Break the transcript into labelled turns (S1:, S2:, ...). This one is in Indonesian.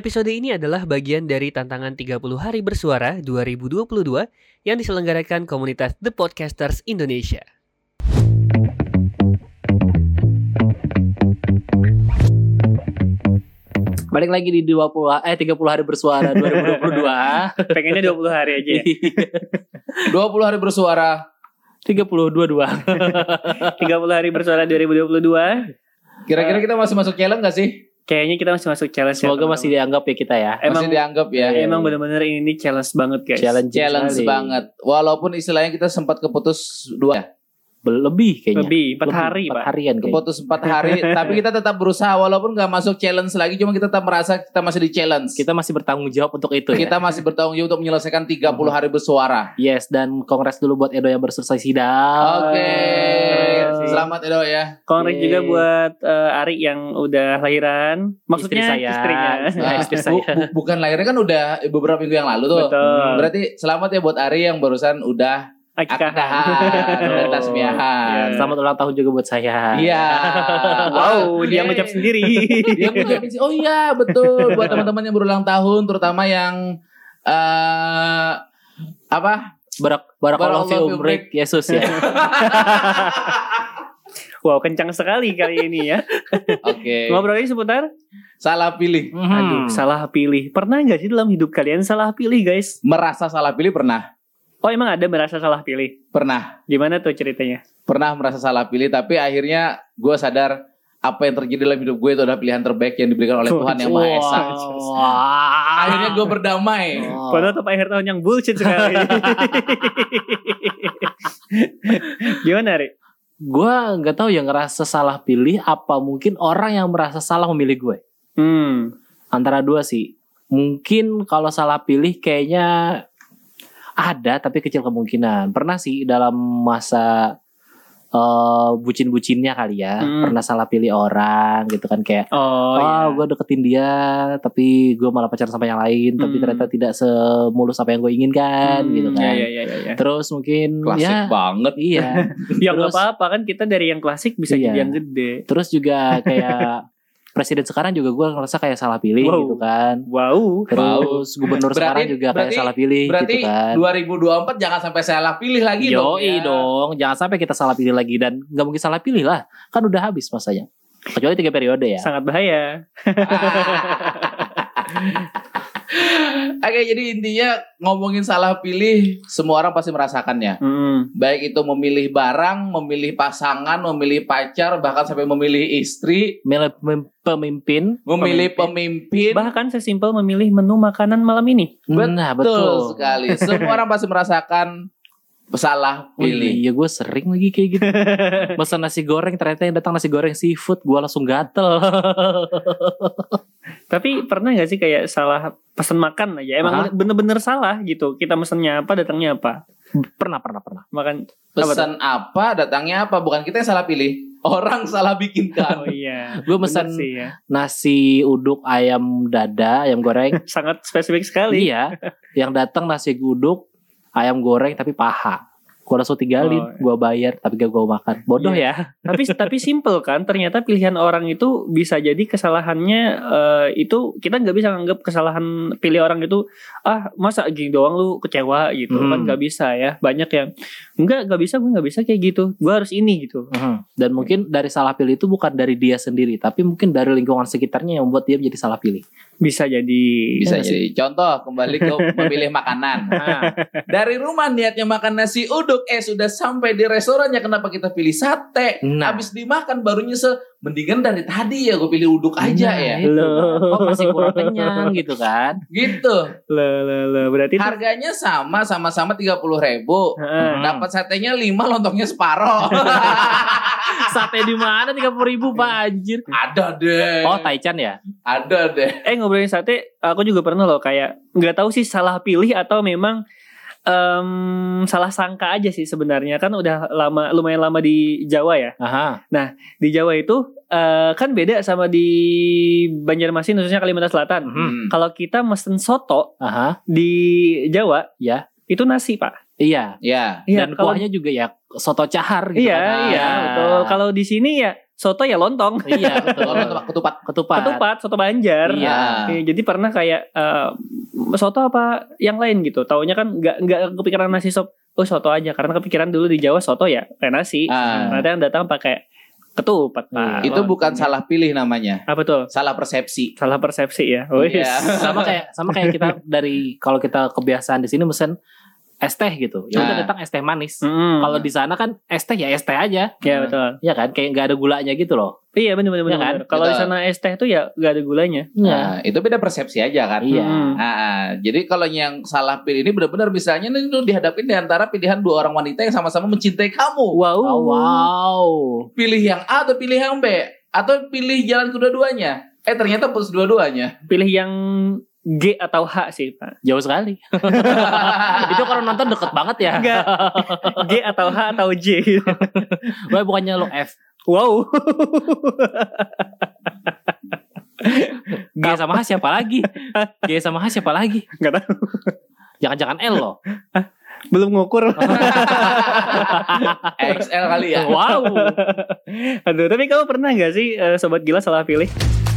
S1: Episode ini adalah bagian dari tantangan 30 hari bersuara 2022 yang diselenggarakan komunitas The Podcasters Indonesia.
S2: Balik lagi di 20 eh 30 hari bersuara 2022.
S1: Pengennya 20 hari aja.
S2: Iya, 20 hari bersuara 3022.
S1: 30 hari bersuara 2022. Eh,
S3: Kira-kira kita masih masuk challenge gak sih?
S1: Kayaknya kita masih masuk challenge. ya,
S2: Semoga
S1: teman-teman.
S2: masih dianggap ya kita ya.
S1: Emang- eh,
S3: masih dianggap ya.
S1: Emang bener-bener ini, ini challenge banget guys.
S2: Challenge
S3: challenge
S2: sekali.
S3: banget. Walaupun istilahnya kita sempat keputus dua, ya?
S2: Bel- lebih kayaknya.
S1: Lebih 4
S2: Lebih,
S1: hari
S2: empat
S1: pak.
S2: harian kayaknya.
S3: keputus empat hari, tapi kita tetap berusaha. Walaupun nggak masuk challenge lagi, cuma kita tetap merasa kita masih di challenge.
S2: Kita
S3: Kita,
S2: masih bertanggung jawab untuk itu ya.
S3: masih bertanggung jawab untuk menyelesaikan 30 hari bersuara.
S2: Yes, dan kongres dulu buat Edo yang bersusida.
S3: Oke,
S1: kasih.
S3: selamat Edo ya.
S1: Kongres
S2: Yeay.
S1: juga buat eh, Ari yang udah lahiran. Maksudnya
S2: saya.
S1: istrinya.
S2: Nah, istri saya.
S3: Ah, Bu- bu- bukan lahirnya kan udah beberapa minggu yang lalu tuh.
S1: Betul.
S3: Berarti selamat ya buat Ari yang barusan udah
S1: Akikahan.
S3: akdahan, udah
S1: Oh.
S3: tasbihan.
S2: Selamat ulang tahun juga buat saya.
S3: Iya.
S1: Wow, Oh,
S3: Yeay.
S1: dia ngucap sendiri.
S3: dia ngucapin sih oh iya betul buat teman-teman yang berulang tahun terutama yang eh apa
S2: Barak barak
S3: Barakallahu
S2: Allah
S3: fi
S2: break Yesus ya.
S1: wow, kencang sekali kali ini ya.
S3: oke
S1: Ngobrolin seputar
S3: salah pilih
S1: Aduh, salah pilih. Pernah nggak sih dalam hidup kalian salah pilih, guys?
S3: merasa salah pilih pernah
S1: Oh, emang ada merasa salah pilih?
S3: pernah
S1: Gimana tuh ceritanya?
S3: pernah merasa salah pilih tapi akhirnya gue sadar apa yang terjadi dalam hidup gue itu adalah pilihan terbaik yang diberikan oleh Tuhan yang Maha Esa Oh.
S2: Wah.
S3: akhirnya gue berdamai
S2: Oh.
S1: Penutup akhir tahun yang bullshit sekali. Gimana, Ri?
S2: Gua nggak tahu ya ngerasa salah pilih apa mungkin orang yang merasa salah memilih gue
S1: Hmm.
S2: antara dua sih mungkin kalau salah pilih kayaknya ada tapi kecil kemungkinan pernah sih dalam masa eh, bucin-bucinnya kali ya
S1: Hmm.
S2: pernah salah pilih orang gitu kan kayak Oh,
S1: Oh, iya.
S2: gue deketin dia, tapi gue malah pacaran sama yang lain, tapi
S1: Hmm.
S2: ternyata tidak semulus apa yang gue inginkan,
S1: Hmm,
S2: gitu kan.
S1: Iya, iya, iya, iya.
S2: Terus mungkin
S3: klasik
S2: ya,
S3: banget
S2: iya.
S1: Ya
S2: Terus-
S1: nggak apa-apa kan kita dari yang klasik bisa
S2: Iya.
S1: jadi yang gede.
S2: Terus juga kayak presiden sekarang juga gue ngerasa kayak salah pilih
S1: Wow.
S2: gitu kan.
S1: Wow.
S2: Terus gubernur
S3: Berarti-
S2: sekarang juga
S3: berarti-
S2: kayak salah pilih
S3: berarti
S2: gitu kan.
S3: 2024 jangan sampai salah pilih lagi dong
S2: Yoi
S3: ya.
S2: dong, jangan sampai kita salah pilih lagi dan nggak mungkin salah pilih lah, kan udah habis masanya. Kecuali tiga periode
S3: Iya.
S2: ya.
S1: Sangat bahaya.
S3: Ah. Oke, jadi intinya ngomongin salah pilih, semua orang pasti merasakannya.
S1: Hmm.
S3: Baik itu memilih barang, memilih pasangan, memilih pacar, bahkan sampai memilih istri,
S2: Mele- mem- Pemimpin,
S3: memilih pemimpin.
S1: Bahkan sesimpel memilih menu makanan malam ini.
S2: nah
S3: Betul sekali. Semua orang pasti merasakan salah
S2: Oh
S3: pilih.
S2: Iya gue sering lagi kayak gitu Pesan nasi goreng ternyata yang datang nasi goreng seafood Gue langsung gatel
S1: Tapi pernah nggak sih kayak salah pesan makan aja? Emang
S2: Hah?
S1: bener-bener salah gitu. Kita pesennya apa, datangnya apa?
S2: Pernah pernah pernah
S1: Makan.
S3: Pesan apa, datangnya apa, bukan kita yang salah pilih. Orang salah kan?
S1: Oh
S3: bikinkan.
S1: iya.
S2: Gue
S1: Bener
S2: pesan
S1: sih ya.
S2: nasi uduk ayam dada Ayam goreng
S1: Sangat spesifik sekali.
S2: Iya Yang datang nasi uduk Ayam goreng tapi paha Gue langsung
S1: Oh, Iya.
S2: tinggalin Gue bayar tapi gak gue makan Bodoh ya
S1: tapi tapi simple kan. Ternyata pilihan orang itu bisa jadi kesalahannya eh, itu kita nggak bisa nganggap kesalahan pilih orang itu ah masa gini doang lu kecewa gitu
S2: Hmm.
S1: kan nggak bisa ya. Banyak yang enggak nggak bisa gue nggak bisa kayak gitu. Gue harus ini gitu.
S2: Mhm. Dan mungkin dari salah pilih itu bukan dari dia sendiri Tapi mungkin dari lingkungan sekitarnya yang membuat dia menjadi salah pilih
S1: Bisa jadi.
S3: Bisa
S1: Ya nggak sih?
S3: jadi contoh kembali ke memilih makanan. Nah, dari rumah niatnya makan nasi uduk, eh sudah sampai di restorannya kenapa kita pilih sate?
S2: Nah.
S3: Habis dimakan baru nyesel. Mendingan dari tadi ya gue pilih uduk aja
S2: Nah,
S3: ya.
S2: itu.
S1: Loh.
S2: Kok masih kurang kenyang gitu kan
S3: Gitu.
S1: Le, le, le. Berarti itu- Nah.
S3: Harganya sama sama-sama 30 ribu. Hmm.
S1: Heeh.
S3: Dapat satenya 5 lontongnya separoh.
S2: Sate di mana tiga ribu pak anjir?
S3: Ada deh.
S2: Oh Taichan ya?
S3: Ada deh.
S1: Eh ngobrolin sate, aku juga pernah loh kayak nggak tahu sih salah pilih atau memang em, salah sangka aja sih sebenarnya kan udah lama lumayan lama di Jawa ya.
S2: Aha.
S1: Di Jawa itu eh, kan beda sama di Banjarmasin khususnya Kalimantan Selatan.
S3: Hmm.
S1: Kalau kita mesen soto
S2: Aha.
S1: di Jawa,
S2: Ya.
S1: itu nasi pak.
S2: Iya.
S3: Ya.
S1: Iya,
S2: Dan
S1: kalau-
S2: kuahnya juga ya soto cahar gitu
S1: Iya
S2: kan.
S1: iya
S2: Ah.
S1: betul. Kalau di sini ya soto ya lontong.
S2: iya betul.
S3: Kalau ketupat, ketupat.
S2: ketupat.
S1: Ketupat, soto Banjar.
S2: Iya.
S1: Iya, jadi pernah kayak eh, soto apa yang lain gitu. Taunya kan nggak nggak kepikiran nasi sop. Oh soto aja karena kepikiran dulu di Jawa soto ya kayak nasi.
S3: Ah.
S1: Ternyata yang datang pakai ketupat. Pak.
S2: Iya.
S3: Itu bukan salah pilih namanya.
S1: Apa tuh?
S3: Salah persepsi.
S1: Salah persepsi ya. Wih.
S3: Iya.
S2: sama kayak sama kayak kita dari kalau kita kebiasaan di sini mesen es teh gitu. Ya udah
S3: Nah.
S2: datang es teh manis.
S1: Mm-mm.
S2: Kalau di sana kan es teh ya es teh aja.
S1: ya betul.
S2: Ya kan kayak nggak ada gulanya gitu loh.
S1: Iya benar benar
S2: Iya
S1: benar.
S2: kan?
S1: Kalau di
S3: Betul.
S1: sana es teh tuh ya gak ada gulanya.
S3: Nah, itu beda persepsi aja kan.
S2: Iya.
S1: Mm.
S3: Nah, ah, jadi kalau yang salah pilih ini benar-benar misalnya nih lu dihadapin di antara pilihan dua orang wanita yang sama-sama mencintai kamu.
S1: Wow.
S2: Oh, wow.
S3: Pilih yang A atau pilih yang B atau pilih jalan kedua-duanya. Eh ternyata putus dua-duanya.
S1: Pilih yang G atau H sih Pak.
S2: Jauh sekali. itu kalau nonton deket banget ya.
S1: Enggak. G atau H atau J.
S2: Wah bukannya lo F.
S1: wow.
S2: G sama H siapa lagi? G sama H siapa lagi?
S1: Nggak
S2: tahu. Jangan-jangan L loh.
S1: Belum ngukur.
S3: XL kali ya.
S2: Wow. Iya.
S1: Aduh, tapi kamu pernah nggak sih eh, sobat gila salah pilih?